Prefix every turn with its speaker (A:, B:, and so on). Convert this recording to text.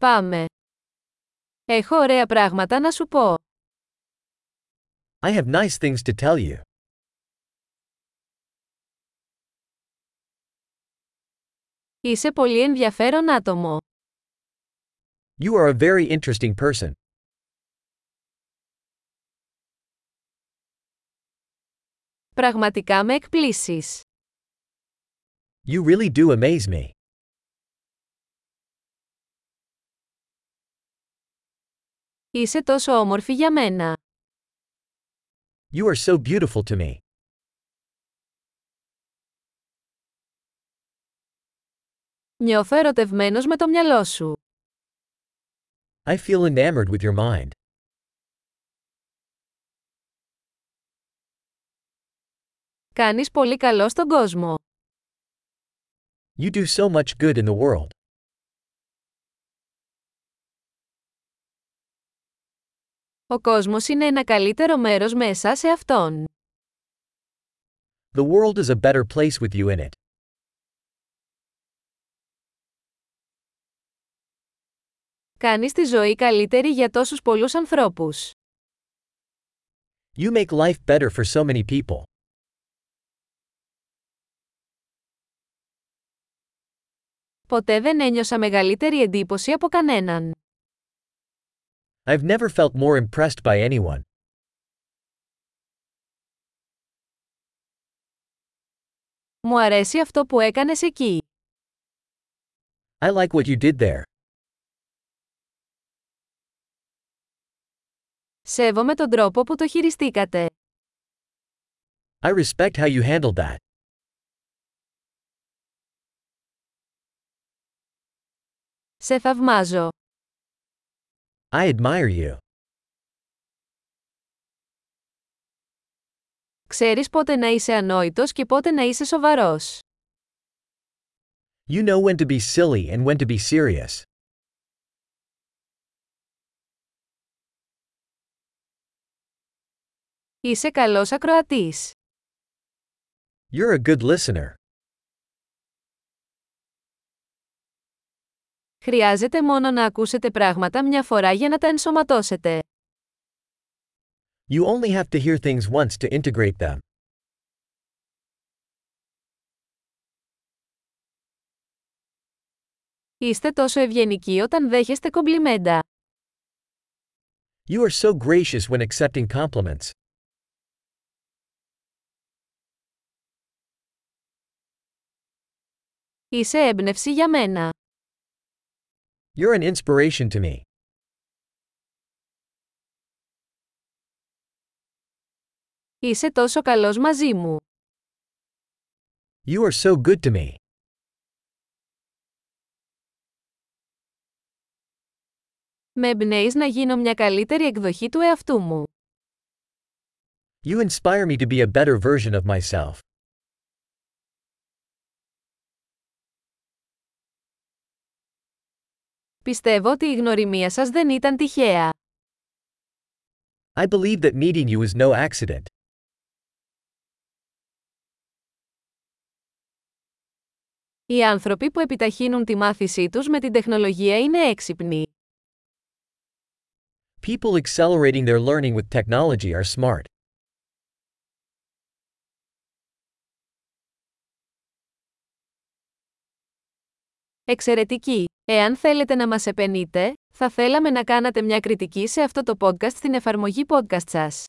A: Πάμε. Έχω ωραία πράγματα να σου πω.
B: I have nice things to tell you.
A: Είσαι πολύ ενδιαφέρον άτομο.
B: You are a very interesting person.
A: Πραγματικά με εκπλήσεις.
B: You really do amaze me.
A: Είσαι τόσο όμορφη για μένα.
B: You are so beautiful to me.
A: Νιώθω ερωτευμένος με το μυαλό σου.
B: I feel enamored with your mind.
A: Κάνεις πολύ καλό στον κόσμο.
B: You do so much good in the world.
A: Ο κόσμος είναι ένα καλύτερο μέρος με εσάς σε αυτόν.
B: The world is a better place with you in it.
A: Κάνεις τη ζωή καλύτερη για τόσους πολλούς ανθρώπους.
B: You make life better for so many people.
A: Ποτέ δεν ένιωσα μεγαλύτερη εντύπωση από κανέναν.
B: I've never felt more impressed by anyone.
A: Μου αρέσει αυτό που έκανες εκεί.
B: I like what you did there.
A: Σέβομαι τον τρόπο που το χειριστήκατε.
B: I respect how you handled that.
A: Σε θαυμάζω.
B: I admire you.
A: Ξέρεις πότε να είσαι ανόητος και πότε να είσαι σοβαρός.
B: You know when to be silly and when to be serious.
A: Είσαι καλός ακροατής.
B: You're a good listener.
A: Χρειάζεται μόνο να ακούσετε πράγματα μια φορά για να τα ενσωματώσετε.
B: You only have to hear things once to integrate them.
A: Είστε τόσο ευγενικοί όταν δέχεστε κομπλιμέντα.
B: You are so gracious when accepting compliments.
A: Είσαι έμπνευση για μένα.
B: You're an inspiration to me.
A: Είσαι τόσο καλός μαζί μου.
B: You are so good to me.
A: Με εμπνέεις να γίνω μια καλύτερη εκδοχή του εαυτού μου.
B: You inspire me to be a better version of myself.
A: Πιστεύω ότι η γνωριμία σας δεν ήταν τυχαία.
B: I believe that meeting you is no accident.
A: Οι άνθρωποι που επιταχύνουν τη μάθησή τους με την τεχνολογία είναι έξυπνοι.
B: People accelerating their learning with technology are smart.
A: Εξαιρετική! Εάν θέλετε να μας επενείτε, θα θέλαμε να κάνατε μια κριτική σε αυτό το podcast στην εφαρμογή podcast σας.